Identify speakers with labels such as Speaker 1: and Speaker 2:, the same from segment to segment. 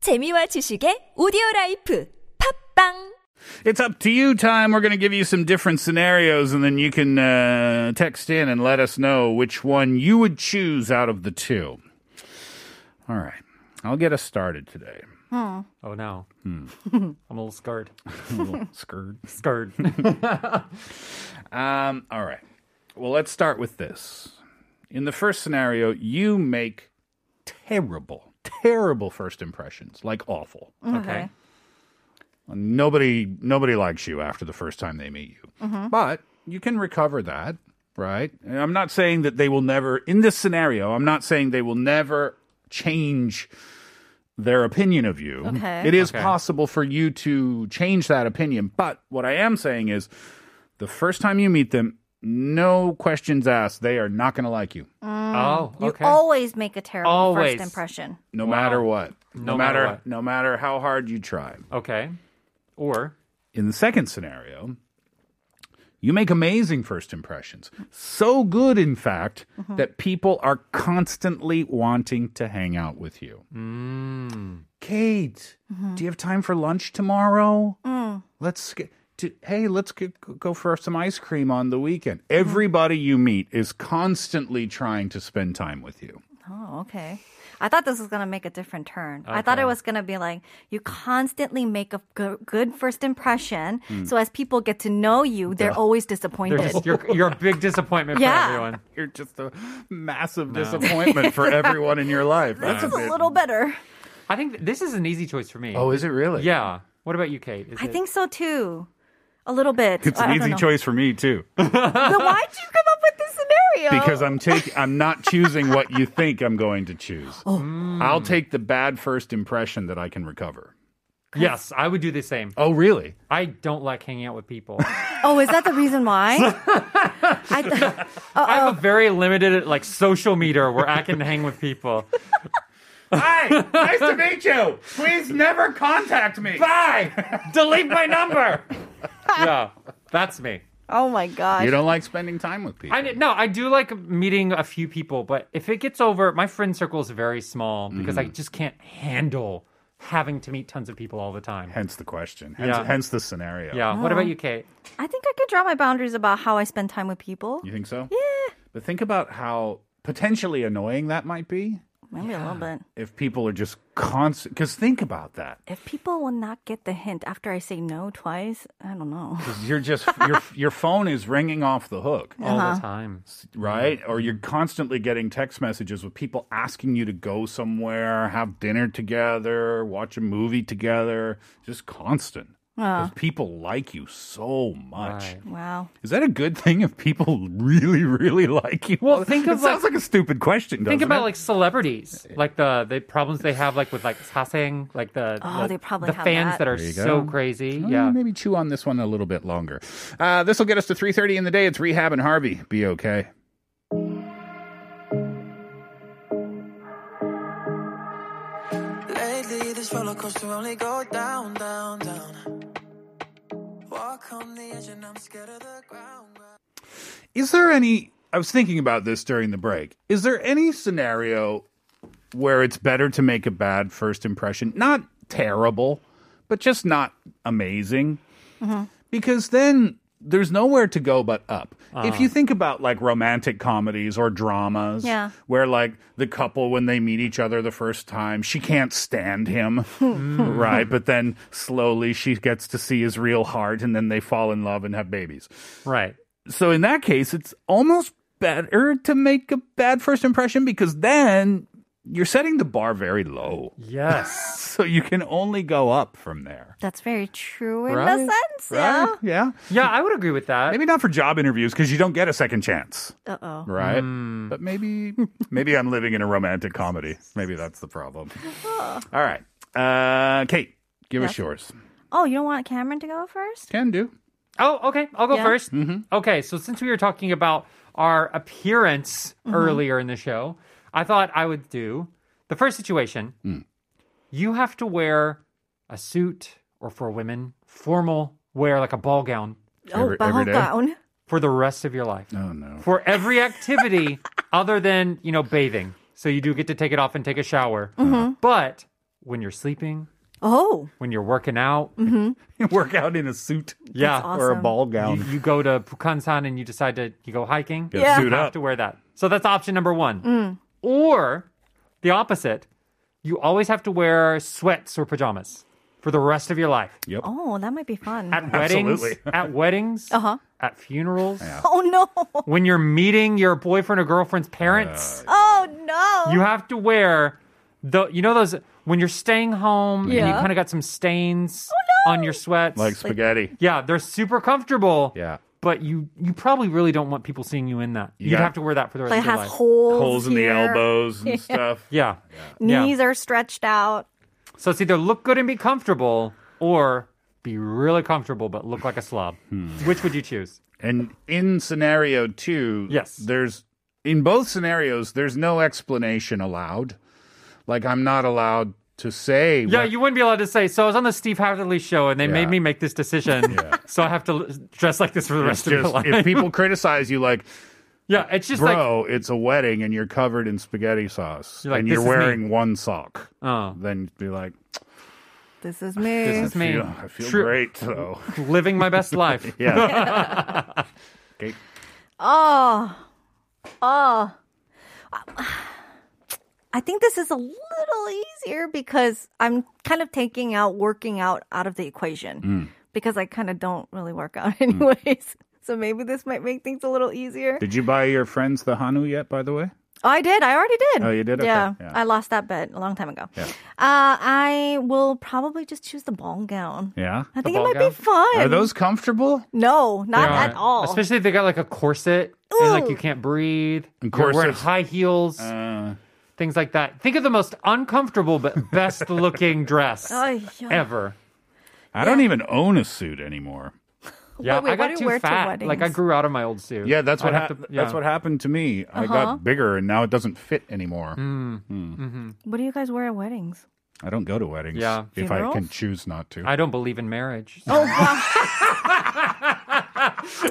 Speaker 1: 재미와 지식의 오디오 라이프 팝빵
Speaker 2: It's up to you time. We're going to give you some different scenarios, and then you can uh, text in and let us know which one you would choose out of the two. All right. I'll get us started today.
Speaker 3: Oh no.
Speaker 2: Hmm.
Speaker 3: I'm a little scared.
Speaker 2: Skirt.
Speaker 3: Scared.
Speaker 2: Um, all right. Well, let's start with this. In the first scenario, you make terrible, terrible first impressions, like awful.
Speaker 3: okay.
Speaker 2: Nobody, nobody likes you after the first time they meet you. But you can recover that, right? And I'm not saying that they will never, in this scenario, I'm not saying they will never change their opinion of you.
Speaker 4: Okay.
Speaker 2: It is
Speaker 3: Okay.
Speaker 2: possible for you to change that opinion. But what I am saying is the first time you meet them, no questions asked. They are not going to like you,
Speaker 3: Oh,
Speaker 4: Mm. You
Speaker 3: okay.
Speaker 4: always make a terrible
Speaker 3: Always.
Speaker 4: first impression.
Speaker 2: no matter what.
Speaker 3: No
Speaker 2: matter,
Speaker 3: matter what.
Speaker 2: no matter how hard you try.
Speaker 3: okay. Or
Speaker 2: In the second scenario, you make amazing first impressions. So good, in fact,
Speaker 4: Uh-huh.
Speaker 2: that people are constantly wanting to hang out with you. Kate,
Speaker 4: Mm-hmm.
Speaker 2: do you have time for lunch tomorrow?
Speaker 4: Mm.
Speaker 2: Let's get. To, hey, let's g- go for some ice cream on the weekend. Everybody you meet is constantly trying to spend time with you.
Speaker 4: Oh, okay. I thought this was going to make a different turn. I thought it was going to be like you constantly make a go- good first impression.
Speaker 2: Hmm.
Speaker 4: So as people get to know you, they're always disappointed.
Speaker 3: they're just you're, you're a big disappointment
Speaker 4: Yeah.
Speaker 3: for everyone.
Speaker 2: You're just a massive disappointment for everyone in your life. That's
Speaker 4: this is a little better.
Speaker 3: I think th- this is an easy choice for me.
Speaker 2: Oh, is it really?
Speaker 3: yeah. What about you, Kate? Is
Speaker 4: I
Speaker 3: it-
Speaker 4: think so too. A little bit.
Speaker 2: It's an
Speaker 4: I- I don't
Speaker 2: easy
Speaker 4: know.
Speaker 2: choice for me too,
Speaker 4: Then why'd you come up with this scenario?
Speaker 2: because I'm taking. I'm not choosing what you think I'm going to choose. I'll take the bad first impression that I can recover.
Speaker 3: yes, I would do the same.
Speaker 2: Oh, really?
Speaker 3: I don't like hanging out with people.
Speaker 4: oh, is that the reason why? I th-
Speaker 3: I have a very limited like social meter where I can hang with people.
Speaker 2: Hi, nice to meet you. Please never contact me.
Speaker 3: Bye. Delete my number. yeah, that's me.
Speaker 4: oh my gosh.
Speaker 2: You don't like spending time with people.
Speaker 3: I d- no, I do like meeting a few people, but if it gets over, my friend circle is very small because
Speaker 2: Mm.
Speaker 3: I just can't handle having to meet tons of people all the time.
Speaker 2: Hence the question. Hence,
Speaker 3: Yeah.
Speaker 2: hence the scenario.
Speaker 3: Yeah. What
Speaker 4: Oh.
Speaker 3: about you, Kate?
Speaker 4: I think I could draw my boundaries about how I spend time with people.
Speaker 2: You think so? Yeah. But think about how potentially annoying that might be
Speaker 4: Maybe a little bit.
Speaker 2: if people are just constant. Because think about that.
Speaker 4: If people will not get the hint after I say no twice, I don't know.
Speaker 2: You're just your your phone is ringing off the hook.
Speaker 4: Uh-huh.
Speaker 3: All the time.
Speaker 2: right? Or you're constantly getting text messages with people asking you to go somewhere, have dinner together, watch a movie together, just constant. 'Cause people like you so much.
Speaker 3: Right.
Speaker 4: Wow.
Speaker 2: Is that a good thing if people really, really like you?
Speaker 3: Well, think
Speaker 2: it
Speaker 3: of,
Speaker 2: sounds like, a stupid question.
Speaker 3: Think
Speaker 2: doesn't
Speaker 3: about
Speaker 2: it?
Speaker 3: like celebrities, like the the problems they have, like with like sasang, like the
Speaker 4: Oh,
Speaker 3: the,
Speaker 4: they probably
Speaker 3: the
Speaker 4: have
Speaker 3: fans that,
Speaker 4: that.
Speaker 3: are
Speaker 2: you
Speaker 3: so
Speaker 2: go.
Speaker 3: crazy.
Speaker 2: Oh,
Speaker 3: yeah.
Speaker 2: maybe chew on this one a little bit longer. Uh, this will get us to three thirty in the day. It's rehab and Harvey. Be okay.
Speaker 5: Lately, this roller coaster only go down, down, down. Walk on the edge, and I'm scared of the ground. ground.
Speaker 2: Is there any? I was thinking about this during the break. Is there any scenario where it's better to make a bad first impression? Not terrible, but just not amazing. Because then there's nowhere to go but up. If you think about like romantic comedies or dramas,
Speaker 4: Yeah.
Speaker 2: where like the couple, when they meet each other the first time, she can't stand him, right? But then slowly she gets to see his real heart and then they fall in love and have babies
Speaker 3: Right.
Speaker 2: so in that case, it's almost better to make a bad first impression because then you're setting the bar very low.
Speaker 3: Yes.
Speaker 2: So you can only go up from there.
Speaker 4: That's very true in
Speaker 2: Right,
Speaker 4: a sense.
Speaker 2: Right? Yeah.
Speaker 3: yeah, I would agree with that.
Speaker 2: Maybe not for job interviews because you don't get a second chance,
Speaker 4: Yeah. Uh oh.
Speaker 2: right? But maybe maybe I'm living in a romantic comedy. Maybe that's the problem. All right. Uh, Kate, give us yours.
Speaker 4: Oh, you don't want Cameron to go first?
Speaker 2: Can do.
Speaker 3: Oh, okay. I'll go
Speaker 4: Yeah.
Speaker 3: 1st Okay. So since we were talking about our appearance earlier in the show, I thought I would do the first situation. You have to wear a suit, or for women, formal wear like a ball gown
Speaker 2: Every-
Speaker 4: oh, bow
Speaker 2: every day?
Speaker 4: down.
Speaker 3: for the rest of your life.
Speaker 2: Oh, no.
Speaker 3: For every activity other than you know bathing, so you do get to take it off and take a shower. But when you're sleeping,
Speaker 4: Oh,
Speaker 3: when you're working out.
Speaker 2: Work out in a suit.
Speaker 3: Yeah.
Speaker 4: Or a ball
Speaker 3: You, you go to Pukansan and you decide to you go hiking.
Speaker 2: Get
Speaker 4: Yeah.
Speaker 2: suit up.
Speaker 3: have to wear that. So that's option number one.
Speaker 4: Mm.
Speaker 3: Or the opposite, you always have to wear sweats or pajamas for the rest of your life.
Speaker 2: Yep.
Speaker 4: oh, that might be fun.
Speaker 3: At weddings,
Speaker 2: Absolutely.
Speaker 3: at weddings,
Speaker 4: Uh-huh.
Speaker 3: at funerals,
Speaker 4: oh no!
Speaker 3: when you're meeting your boyfriend or girlfriend's parents,
Speaker 4: Oh no!
Speaker 3: you have to wear the you know those when you're staying home and you
Speaker 4: Yeah. Oh,
Speaker 3: kind of got some stains on your sweats.
Speaker 2: Like spaghetti.
Speaker 3: yeah, they're super comfortable.
Speaker 2: Yeah.
Speaker 3: But you you probably really don't want people seeing you in that.
Speaker 2: You
Speaker 3: You'd
Speaker 2: got-
Speaker 3: have to wear that for the rest
Speaker 4: it
Speaker 3: of your
Speaker 4: has
Speaker 3: life.
Speaker 4: holes.
Speaker 2: Holes in the
Speaker 4: here.
Speaker 2: elbows and stuff.
Speaker 3: yeah. Yeah.
Speaker 4: Knees are stretched out.
Speaker 3: So it's either look good and be comfortable or be really comfortable but look like a slob.
Speaker 2: Hmm.
Speaker 3: Which would you choose?
Speaker 2: And in scenario two,
Speaker 3: Yes.
Speaker 2: there's in both scenarios, there's no explanation allowed. Like I'm not allowed to say.
Speaker 3: Yeah,
Speaker 2: what-
Speaker 3: you wouldn't be allowed to say. So I was on the Steve Hatherley show, and they
Speaker 2: Yeah.
Speaker 3: made me make this decision. So I have to l- dress like this for the
Speaker 2: it's
Speaker 3: rest of my
Speaker 2: just
Speaker 3: life.
Speaker 2: if people criticize you, like,
Speaker 3: yeah, it's just like
Speaker 2: bro, it's a wedding and you're covered in spaghetti sauce
Speaker 3: You're like,
Speaker 2: and
Speaker 3: "This
Speaker 2: you're
Speaker 3: is me."
Speaker 2: wearing one sock,
Speaker 3: Oh.
Speaker 2: then you'd be like,
Speaker 4: This is me.
Speaker 3: This is
Speaker 2: I
Speaker 3: me.
Speaker 2: feel, I feel
Speaker 3: True-
Speaker 2: great though.
Speaker 3: Living my best life.
Speaker 2: Yeah. okay.
Speaker 4: Oh, oh. I think this is a little easier because I'm kind of taking out working out out of the equation
Speaker 2: Mm.
Speaker 4: because I kind of don't really work out anyways. So maybe this might make things a little easier.
Speaker 2: Did you buy your friends the Hanu yet, by the way?
Speaker 4: Oh, I did. I already did.
Speaker 2: Oh, you did? Okay.
Speaker 4: Yeah.
Speaker 2: Yeah.
Speaker 4: I lost that bet a long time ago. Uh, I will probably just choose the ball gown.
Speaker 2: Yeah.
Speaker 4: I think it
Speaker 3: ball
Speaker 4: might
Speaker 3: gown?
Speaker 4: be fun.
Speaker 2: Are those comfortable?
Speaker 4: No, not
Speaker 3: Yeah.
Speaker 4: at all.
Speaker 3: Especially if they got like a corset and like
Speaker 4: Ooh.
Speaker 3: you can't breathe.
Speaker 2: And
Speaker 3: You're wearing
Speaker 2: corsets.
Speaker 3: high heels,
Speaker 2: Uh,
Speaker 3: things like that. Think of the most uncomfortable but best looking dress
Speaker 4: Ay, Oh, yeah.
Speaker 3: ever.
Speaker 2: I don't even own a suit anymore.
Speaker 3: Yeah, I
Speaker 4: wait, what
Speaker 3: got
Speaker 4: do you
Speaker 3: too
Speaker 4: wear to
Speaker 3: fat. like I
Speaker 4: weddings?
Speaker 3: grew out of my old suit.
Speaker 2: Yeah, that's
Speaker 3: I'd
Speaker 2: what
Speaker 3: have
Speaker 2: hap-
Speaker 3: to- yeah.
Speaker 2: that's what happened to me. I got bigger and now it doesn't fit anymore.
Speaker 3: Hmm.
Speaker 4: what do you guys wear at weddings?
Speaker 2: I don't go to weddings
Speaker 3: Yeah.
Speaker 2: if I
Speaker 4: Funerals?
Speaker 2: can choose not to.
Speaker 3: I don't believe in marriage. Oh,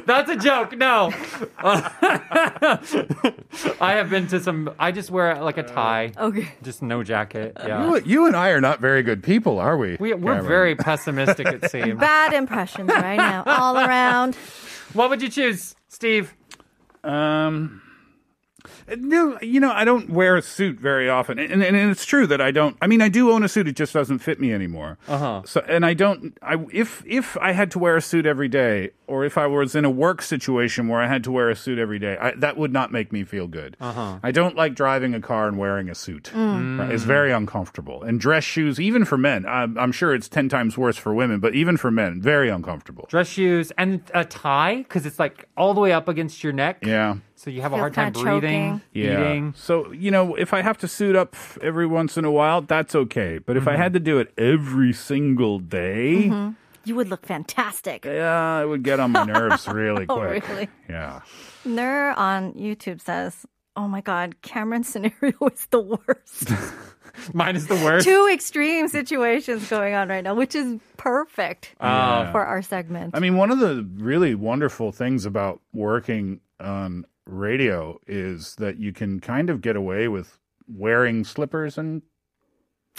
Speaker 3: That's a joke. No. I have been to some, I just wear like a tie,
Speaker 4: Okay.
Speaker 3: just no jacket. Yeah.
Speaker 2: Uh. you, you and I are not very good people, are we?
Speaker 3: We, we're
Speaker 2: Cameron?
Speaker 3: very pessimistic, it seems.
Speaker 4: Bad impressions right now, all around.
Speaker 3: What would you choose, Steve?
Speaker 2: Um, no, you know, I don't wear a suit very often, and, and, and it's true that I don't. I mean, I do own a suit; it just doesn't fit me anymore. Uh huh. So, and I don't. I if if I had to wear a suit every day, or if I was in a work situation where I had to wear a suit every day, I, that would not make me feel good. Uh huh. I don't like driving a car and wearing a suit. Right? It's very uncomfortable. And dress shoes, even for men, I'm, I'm sure it's ten times worse for women, but even for men, very uncomfortable.
Speaker 3: Dress shoes and a tie because it's like all the way up against your neck.
Speaker 2: Yeah.
Speaker 3: So you have a
Speaker 4: Feels
Speaker 3: hard time
Speaker 4: kinda
Speaker 3: breathing, eating.
Speaker 2: So, you know, if I have to suit up every once in a while, that's okay. But if
Speaker 4: Mm-hmm.
Speaker 2: I had to do it every single day,
Speaker 4: You would look fantastic.
Speaker 2: yeah, it would get on my nerves really
Speaker 4: Oh,
Speaker 2: quick.
Speaker 4: really?
Speaker 2: Yeah.
Speaker 4: Ner on YouTube says, Oh my God, Cameron's scenario is the worst.
Speaker 3: Mine is the worst.
Speaker 4: Two extreme situations going on right now, which is perfect for our segment.
Speaker 2: I mean, one of the really wonderful things about working on radio is that you can kind of get away with wearing slippers and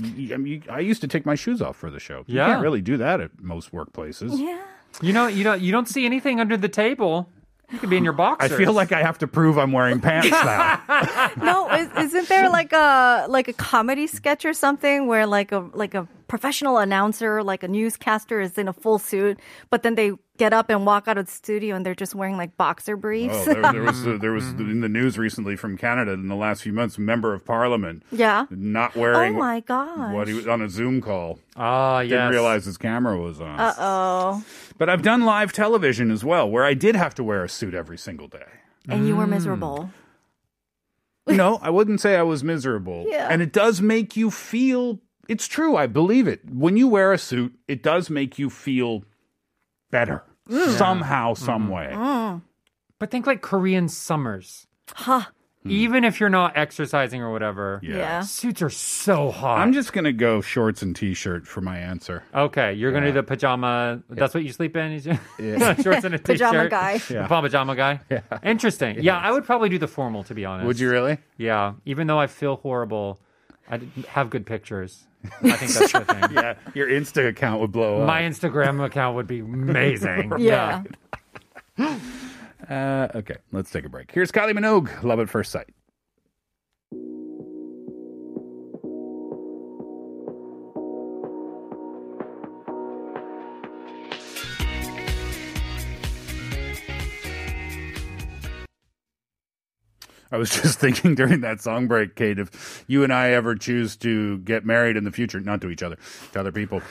Speaker 2: y- I, mean, you- I used to take my shoes off for the show. You
Speaker 3: Yeah.
Speaker 2: can't really do that at most workplaces.
Speaker 4: yeah.
Speaker 3: You know, you don't you don't see anything under the table. You could be in your
Speaker 2: I
Speaker 3: boxers.
Speaker 2: feel like I have to prove I'm wearing pants now.
Speaker 4: No, is, isn't there like a like a comedy sketch or something where like a like a professional announcer, like a newscaster, is in a full suit, but then they get up and walk out of the studio and they're just wearing like boxer briefs.
Speaker 2: Oh, there, there was there was in the news recently from Canada in the last few months. a Member of Parliament,
Speaker 4: yeah.
Speaker 2: not wearing.
Speaker 4: Oh my gosh.
Speaker 2: What he was on a Zoom call.
Speaker 3: Ah, yes.
Speaker 2: Didn't realize his camera was on.
Speaker 4: Uh oh.
Speaker 2: But I've done live television as well, where I did have to wear a suit every single day.
Speaker 4: And you were miserable.
Speaker 2: No, I wouldn't say I was miserable.
Speaker 4: Yeah.
Speaker 2: And it does make you feel. It's true. I believe it. When you wear a suit, it does make you feel better
Speaker 4: Mm.
Speaker 2: somehow, some way.
Speaker 3: But think like Korean summers.
Speaker 4: Huh.
Speaker 3: Even if you're not exercising or whatever,
Speaker 2: Hmm. Yeah.
Speaker 4: Yeah.
Speaker 3: suits are so hot.
Speaker 2: I'm just gonna go shorts and t-shirt for my answer.
Speaker 3: okay. You're gonna do the pajama. That's what you sleep in. Is
Speaker 2: Yeah.
Speaker 3: shorts and a t-shirt.
Speaker 4: Pajama guy.
Speaker 3: The pajama guy. Yeah. Interesting. Yeah, I would probably do the formal to be honest.
Speaker 2: Would you really?
Speaker 3: Yeah. Even though I feel horrible, I d- have good pictures. I think that's the thing.
Speaker 2: Yeah, your Insta account would blow up.
Speaker 3: My Instagram account would be amazing.
Speaker 4: Yeah.
Speaker 2: Uh, okay, let's take a break. Here's Kylie Minogue, Love at First Sight. I was just thinking during that song break, Kate, if you and I ever choose to get married in the future, not to each other, to other people,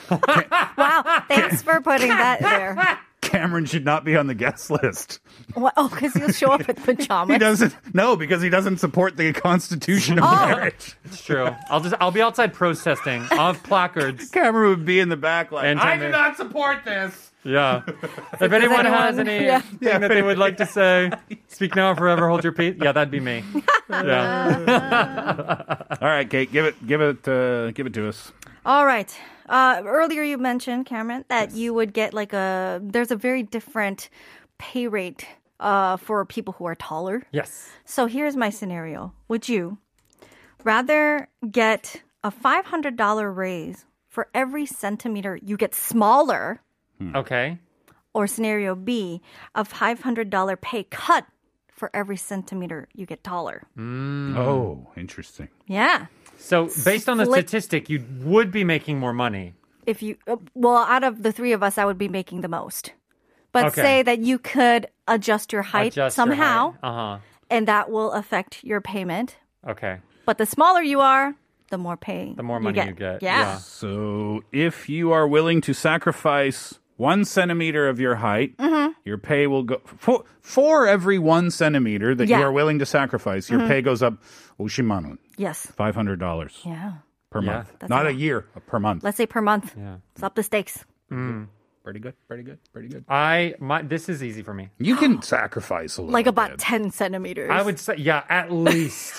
Speaker 4: Wow. Thanks for putting that there.
Speaker 2: Cameron should not be on the guest list.
Speaker 4: What? Oh, because he'll show up with
Speaker 2: He
Speaker 4: pajamas.
Speaker 2: doesn't, no, because he doesn't support the Constitution of marriage.
Speaker 3: It's true. I'll just I'll be outside protesting. I'll have placards.
Speaker 2: Cameron would be in the back like,
Speaker 3: And
Speaker 2: I
Speaker 3: Tanner-
Speaker 2: do not support this.
Speaker 3: Yeah. If anyone has
Speaker 4: anyone-
Speaker 3: any
Speaker 4: Yeah.
Speaker 3: thing that they would like to say, speak now or forever, hold your peace. Yeah, that'd be me. Yeah.
Speaker 2: All right, Kate, give it, give it, uh, give it to us.
Speaker 4: All right. Uh, earlier, you mentioned Cameron that you would get like a. There's a very different pay rate uh, for people who are taller.
Speaker 3: Yes.
Speaker 4: So here's my scenario: Would you rather get a five hundred dollar raise for every centimeter you get smaller,
Speaker 3: Okay.
Speaker 4: or scenario B, a five hundred dollar pay cut for every centimeter you get taller?
Speaker 3: Mm.
Speaker 2: Oh, interesting.
Speaker 4: Yeah.
Speaker 3: So based on the
Speaker 4: Split-
Speaker 3: statistic, you would be making more money.
Speaker 4: if you uh, well out of the three of us i would be making the most but
Speaker 3: Okay.
Speaker 4: say that you could adjust your height somehow
Speaker 3: Uh
Speaker 4: and that will affect your payment
Speaker 3: huh. Okay.
Speaker 4: but the smaller you are the more pay
Speaker 3: The more money you get, yeah.
Speaker 4: yeah,
Speaker 2: So, if you are willing to sacrifice one centimeter of your height, your pay will go for, for every one centimeter that you
Speaker 4: Yeah.
Speaker 2: are willing to sacrifice. Your pay goes up. Ushimanun,
Speaker 4: yes
Speaker 2: five hundred dollars
Speaker 4: yeah
Speaker 2: per
Speaker 3: Yeah.
Speaker 2: month, not a year per month.
Speaker 4: let's say per month
Speaker 3: Yeah.
Speaker 4: it's up the stakes
Speaker 2: pretty good, pretty good, pretty good.
Speaker 3: I my this is easy for me.
Speaker 2: You can sacrifice a little,
Speaker 4: like about
Speaker 2: bit.
Speaker 4: 10 centimeters
Speaker 3: I would say yeah, at least.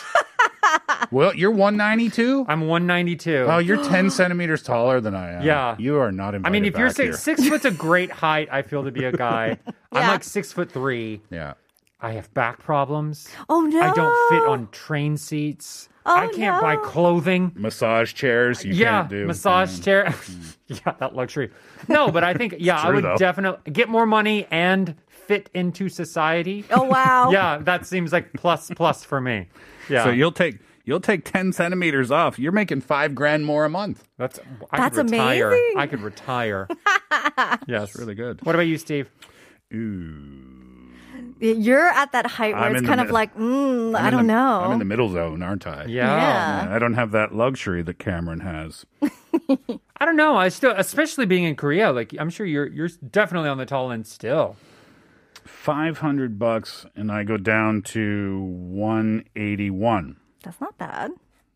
Speaker 2: Well, you're one ninety two.
Speaker 3: I'm 192.
Speaker 2: Oh, you're ten centimeters taller than I am.
Speaker 3: Yeah.
Speaker 2: you are not invited.
Speaker 3: I mean, if you're
Speaker 2: back
Speaker 3: saying
Speaker 2: here.
Speaker 3: six foot's a great height, I feel to be a guy. I'm
Speaker 4: Yeah.
Speaker 3: like six foot three.
Speaker 2: Yeah.
Speaker 3: I have back problems.
Speaker 4: oh no
Speaker 3: I don't fit on train seats. I
Speaker 4: Oh,
Speaker 3: can't buy
Speaker 4: no.
Speaker 3: clothing.
Speaker 2: Massage chairs, you
Speaker 3: yeah,
Speaker 2: can't do. Mm-hmm.
Speaker 3: massage chair. yeah, that luxury. No, but I think yeah, I
Speaker 2: true,
Speaker 3: would
Speaker 2: though.
Speaker 3: definitely get more money and fit into society.
Speaker 4: oh wow
Speaker 3: Yeah, that seems like plus plus for me. Yeah,
Speaker 2: So you'll take you'll take ten centimeters off. You're making five grand more a month.
Speaker 3: that's I
Speaker 4: That's
Speaker 3: could retire.
Speaker 4: amazing.
Speaker 3: I could retire. yes,
Speaker 2: Really good.
Speaker 3: What about you, Steve?
Speaker 2: Ooh,
Speaker 4: you're at that height where
Speaker 2: I'm in
Speaker 4: it's
Speaker 2: the
Speaker 4: kind
Speaker 2: mid-
Speaker 4: of like mm,
Speaker 2: I'm
Speaker 4: i
Speaker 2: in
Speaker 4: don't
Speaker 2: the-
Speaker 4: know
Speaker 2: I'm in the middle zone, aren't I?
Speaker 3: yeah.
Speaker 4: yeah.
Speaker 2: I don't have that luxury that Cameron has.
Speaker 3: I don't know. I still, especially being in Korea, like I'm sure you're you're definitely on the tall end still.
Speaker 2: Five hundred bucks, and I go down to one eighty one.
Speaker 4: that's not bad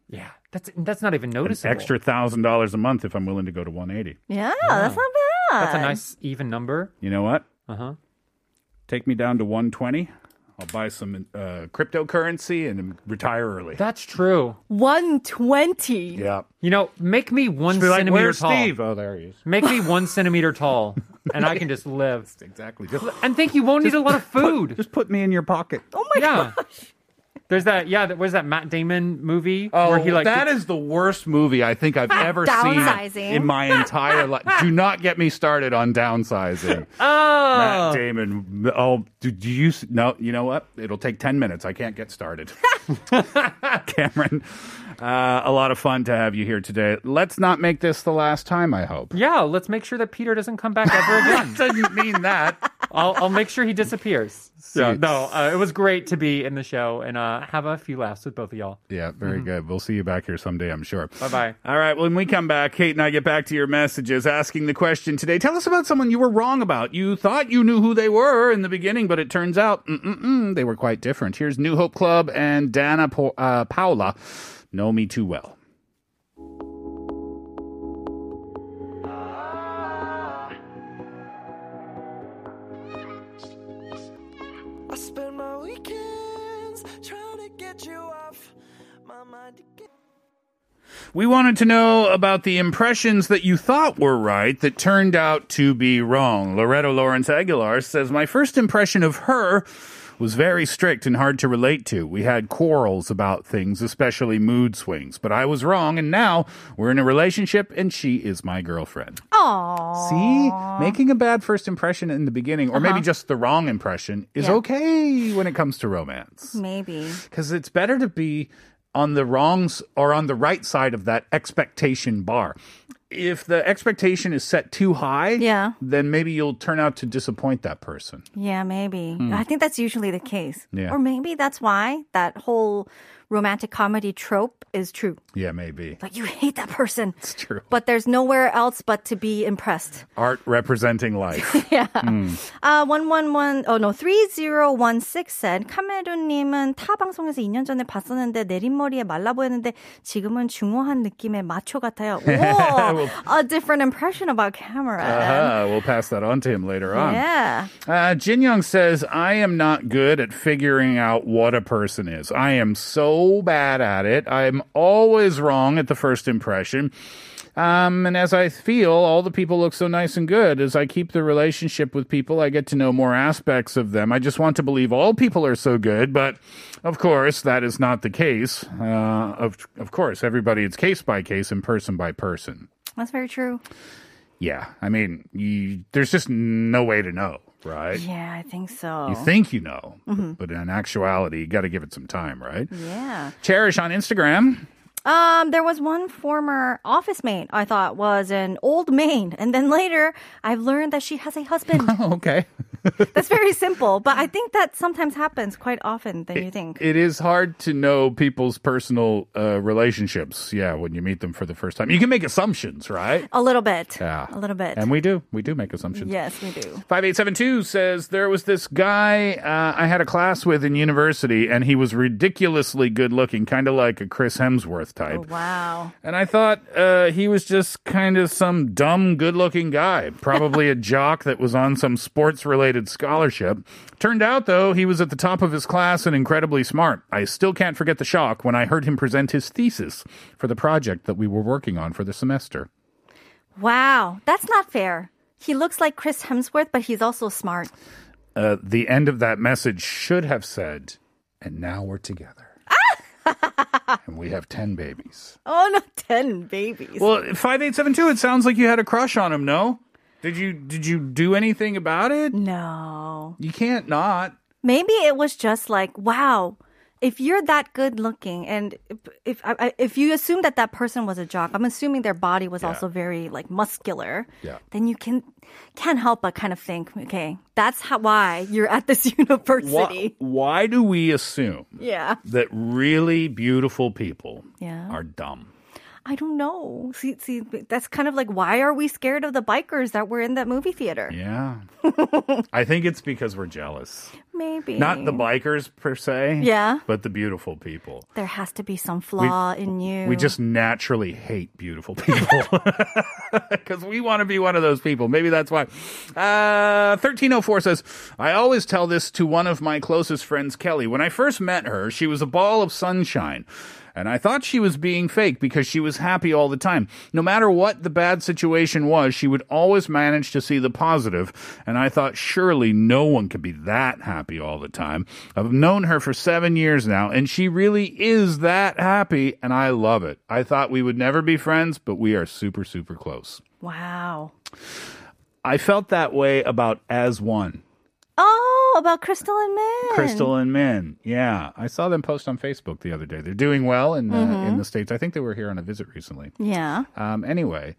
Speaker 3: Yeah, that's that's not even
Speaker 2: An
Speaker 3: noticeable.
Speaker 2: extra thousand dollars a month if I'm willing to go to one eighty.
Speaker 4: yeah, that's not bad
Speaker 3: That's a nice even number.
Speaker 2: You know what?
Speaker 3: Uh huh.
Speaker 2: Take me down to one twenty. I'll buy some uh, cryptocurrency and retire early.
Speaker 3: That's true.
Speaker 4: 120
Speaker 2: yeah.
Speaker 3: You know, make me one
Speaker 2: Be like,
Speaker 3: centimeter
Speaker 2: where's
Speaker 3: tall.
Speaker 2: Steve? Oh, there he is.
Speaker 3: Make me one centimeter tall, and I can just live.
Speaker 2: Exactly. Just,
Speaker 3: And think you won't need a lot of food.
Speaker 2: just put me in your pocket.
Speaker 4: oh my
Speaker 3: yeah. There's that. Yeah. That, was that Matt Damon movie where he
Speaker 2: Oh,
Speaker 3: like
Speaker 2: that is the worst movie I think I've ever seen
Speaker 4: Downsizing.
Speaker 2: in my entire life. Do not get me started on downsizing.
Speaker 3: Oh.
Speaker 2: Matt Damon. Oh, do, do you? s- No, you know what? It'll take ten minutes. I can't get started. Cameron, uh, a lot of fun to have you here today. Let's not make this the last time. I hope.
Speaker 3: Yeah. Let's make sure that Peter doesn't come back ever again.
Speaker 2: Doesn't mean that.
Speaker 3: I'll, I'll make sure he disappears. Yeah, no, uh, it was great to be in the show and uh, have a few laughs with both of y'all.
Speaker 2: Yeah, very good. We'll see you back here someday, I'm sure.
Speaker 3: Bye bye.
Speaker 2: All right. When we come back, Kate and I get back to your messages asking the question today. Tell us about someone you were wrong about. You thought you knew who they were in the beginning, but it turns out mm-mm-mm, they were quite different. Here's New Hope Club and Dana po- uh, Paula. Know me too well.
Speaker 5: I spend my weekends trying to get you off my mind again.
Speaker 2: We wanted to know about the impressions that you thought were right that turned out to be wrong. Loretto Lawrence Aguilar says, My first impression of her was very strict and hard to relate to. We had quarrels about things, especially mood swings. But I was wrong, and now we're in a relationship, and she is my girlfriend.
Speaker 4: Aww.
Speaker 2: See, making a bad first impression in the beginning, or maybe just the wrong impression, is
Speaker 4: Yeah.
Speaker 2: okay when it comes to romance
Speaker 4: Maybe.
Speaker 2: because it's better to be on the wrongs or on the right side of that expectation bar. If the expectation is set too high,
Speaker 4: Yeah.
Speaker 2: then maybe you'll turn out to disappoint that person.
Speaker 4: Yeah, maybe. I think that's usually the case.
Speaker 2: Hmm. Yeah.
Speaker 4: Or maybe that's why that whole romantic comedy trope is true.
Speaker 2: Yeah, maybe.
Speaker 4: Like you hate that person. It's
Speaker 2: true.
Speaker 4: But there's nowhere else but to be impressed.
Speaker 2: Art representing life.
Speaker 4: 아, 111, oh no, 3016 said, 카메룬님은 타 방송에서 2년 전에 봤었는데 내린머리에 말라 보였는데 지금은 중후한 느낌의 마초 같아요. Whoa, a different impression about camera.
Speaker 2: uh-huh. We'll pass that on to him later on.
Speaker 4: Yeah.
Speaker 2: Uh, Jin Young says, I am not good at figuring out what a person is. I am so bad at it. I'm always wrong at the first impression. Um, and as I feel, all the people look so nice and good. As I keep the relationship with people, I get to know more aspects of them. I just want to believe all people are so good, but of course, that is not the case. Uh, of, of course, everybody, it's case by case and person by person.
Speaker 4: That's very true.
Speaker 2: Yeah. I mean, you, there's just no way to know, right?
Speaker 4: Yeah, I think so.
Speaker 2: You think you know,
Speaker 4: Mm-hmm.
Speaker 2: but, but in actuality, you got to give it some time, right?
Speaker 4: yeah.
Speaker 2: Cherish on Instagram.
Speaker 4: Um, there was one former office mate I thought was an old maid, and then later I've learned that she has a husband.
Speaker 2: Oh, okay.
Speaker 4: That's very simple, but I think that sometimes happens quite often than you think.
Speaker 2: It is hard to know people's personal uh, relationships. Yeah, when you meet them for the first time, you can make assumptions, right?
Speaker 4: a little bit.
Speaker 2: Yeah.
Speaker 4: A little bit.
Speaker 2: And we do. We do make assumptions.
Speaker 4: yes, we do.
Speaker 2: 5872 says there was this guy uh, I had a class with in university, and he was ridiculously good looking, kind of like a Chris Hemsworth type.
Speaker 4: Wow.
Speaker 2: And I thought uh, he was just kind of some dumb, good looking guy, probably a jock that was on some sports related scholarship. Turned out, though, he was at the top of his class and incredibly smart. I still can't forget the shock when I heard him present his thesis for the project that we were working on for the semester.
Speaker 4: Wow. That's not fair. He looks like Chris Hemsworth, but he's also smart.
Speaker 2: Uh, the end of that message should have said, and now we're together. and we have 10 babies.
Speaker 4: Oh no, ten babies.
Speaker 2: Well, 5872, it sounds like you had a crush on him, no? Did you did you do anything about it?
Speaker 4: no.
Speaker 2: You can't not.
Speaker 4: Maybe it was just like, wow, if you're that good looking, and if if, I- if you assume that that person was a jock, I'm assuming their body was also very like muscular.
Speaker 2: Yeah.
Speaker 4: Then you can can't help but kind of think, okay, that's how why you're at this university.
Speaker 2: Why, why do we assume
Speaker 4: Yeah.
Speaker 2: that really beautiful people
Speaker 4: Yeah.
Speaker 2: are dumb?
Speaker 4: I don't know. See, see, that's kind of like why are we scared of the bikers that were in that movie theater?
Speaker 2: Yeah. I think it's because we're jealous.
Speaker 4: Maybe
Speaker 2: Not the bikers per se.
Speaker 4: Yeah.
Speaker 2: But the beautiful people.
Speaker 4: There has to be some flaw in you.
Speaker 2: We just naturally hate beautiful people because we want to be one of those people. Maybe that's why. Uh, 1304 says, I always tell this to one of my closest friends, Kelly. When I first met her, she was a ball of sunshine. And I thought she was being fake because she was happy all the time. No matter what the bad situation was, she would always manage to see the positive, And I thought, surely no one could be that happy all the time. I've known her for seven years now, and she really is that happy. And I love it. I thought we would never be friends, but we are super, super close.
Speaker 4: wow.
Speaker 2: I felt that way about As One,
Speaker 4: Oh, about Crystal and Min.
Speaker 2: Crystal and Min. Yeah, I saw them post on Facebook the other day. They're doing well in uh,
Speaker 4: Mm-hmm.
Speaker 2: in the states. I think they were here on a visit recently.
Speaker 4: Yeah.
Speaker 2: Um, anyway,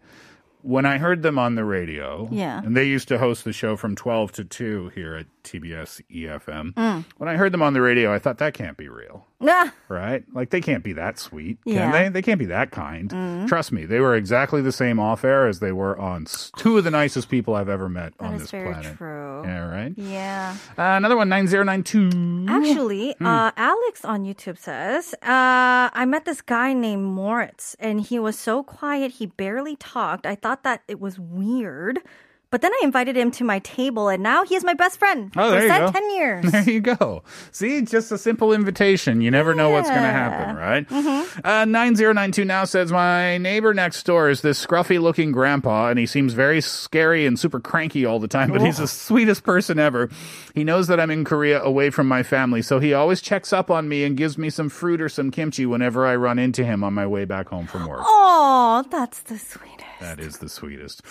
Speaker 2: when I heard them on the radio,
Speaker 4: Yeah.
Speaker 2: and they used to host the show from twelve to two here at TBS EFM. E
Speaker 4: Mm.
Speaker 2: When I heard them on the radio, I thought that can't be real.
Speaker 4: Ah.
Speaker 2: right? Like they can't be that sweet, can
Speaker 4: Yeah. Mm.
Speaker 2: they? They can't be that kind. Trust me, they were exactly the same off air as they were on s- two of the nicest people I've ever met on
Speaker 4: is
Speaker 2: this
Speaker 4: very
Speaker 2: planet.
Speaker 4: true.
Speaker 2: Yeah, right.
Speaker 4: Yeah.
Speaker 2: Uh, another one, nine zero nine two.
Speaker 4: Ah, Actually,
Speaker 2: Hmm.
Speaker 4: uh, Alex on YouTube says, uh, I met this guy named Moritz, and he was so quiet, he barely talked. I thought that it was weird. But then I invited him to my table, and now he is my best friend
Speaker 2: Oh, there
Speaker 4: for
Speaker 2: you go.
Speaker 4: said 10 years.
Speaker 2: There you go. See, just a simple invitation. You never know what's going to happen, right? Uh, 9092 now says, My neighbor next door is this scruffy looking grandpa, and he seems very scary and super cranky all the time, but he's the sweetest person ever. He knows that I'm in Korea away from my family, so he always checks up on me and gives me some fruit or some kimchi whenever I run into him on my way back home from work.
Speaker 4: Oh, that's the sweetest.
Speaker 2: That is the sweetest.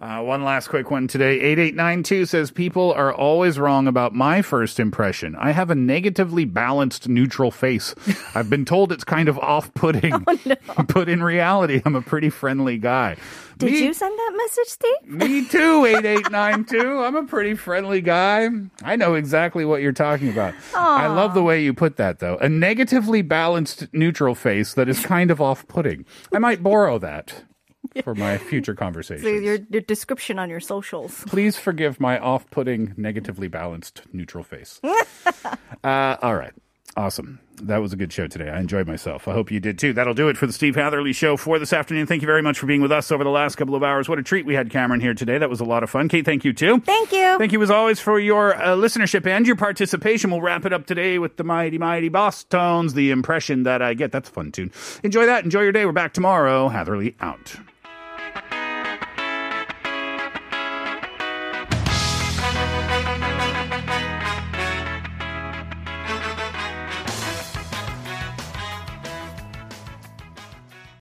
Speaker 2: Uh, one last quick one today. 8892 says People are always wrong about my first impression. I have a negatively balanced, neutral face. I've been told it's kind of off putting.
Speaker 4: Oh,
Speaker 2: but in reality, I'm a pretty friendly guy.
Speaker 4: Did
Speaker 2: Me-
Speaker 4: you send that message, Steve?
Speaker 2: me too, 8892. I'm a pretty friendly guy. I know exactly what you're talking about. I love the way you put that, though. A negatively balanced neutral face that is kind of off putting. I might borrow that for my future
Speaker 4: So
Speaker 2: conversations.
Speaker 4: your, your description on your socials.
Speaker 2: Please forgive my off putting, negatively balanced neutral face. uh, all right. Awesome. That was a good show today. I enjoyed myself. I hope you did too. That'll do it for the Steve Hatherley Show for this afternoon. Thank you very much for being with us over the last couple of hours. What a treat we had Cameron here today. That was a lot of fun. Kate, thank you too.
Speaker 4: Thank you.
Speaker 2: Thank you as always for your uh, listenership and your participation. We'll wrap it up today with the mighty, mighty Boss Tones, the impression that I get. That's a fun tune. Enjoy that. Enjoy your day. We're back tomorrow. Hatherley out.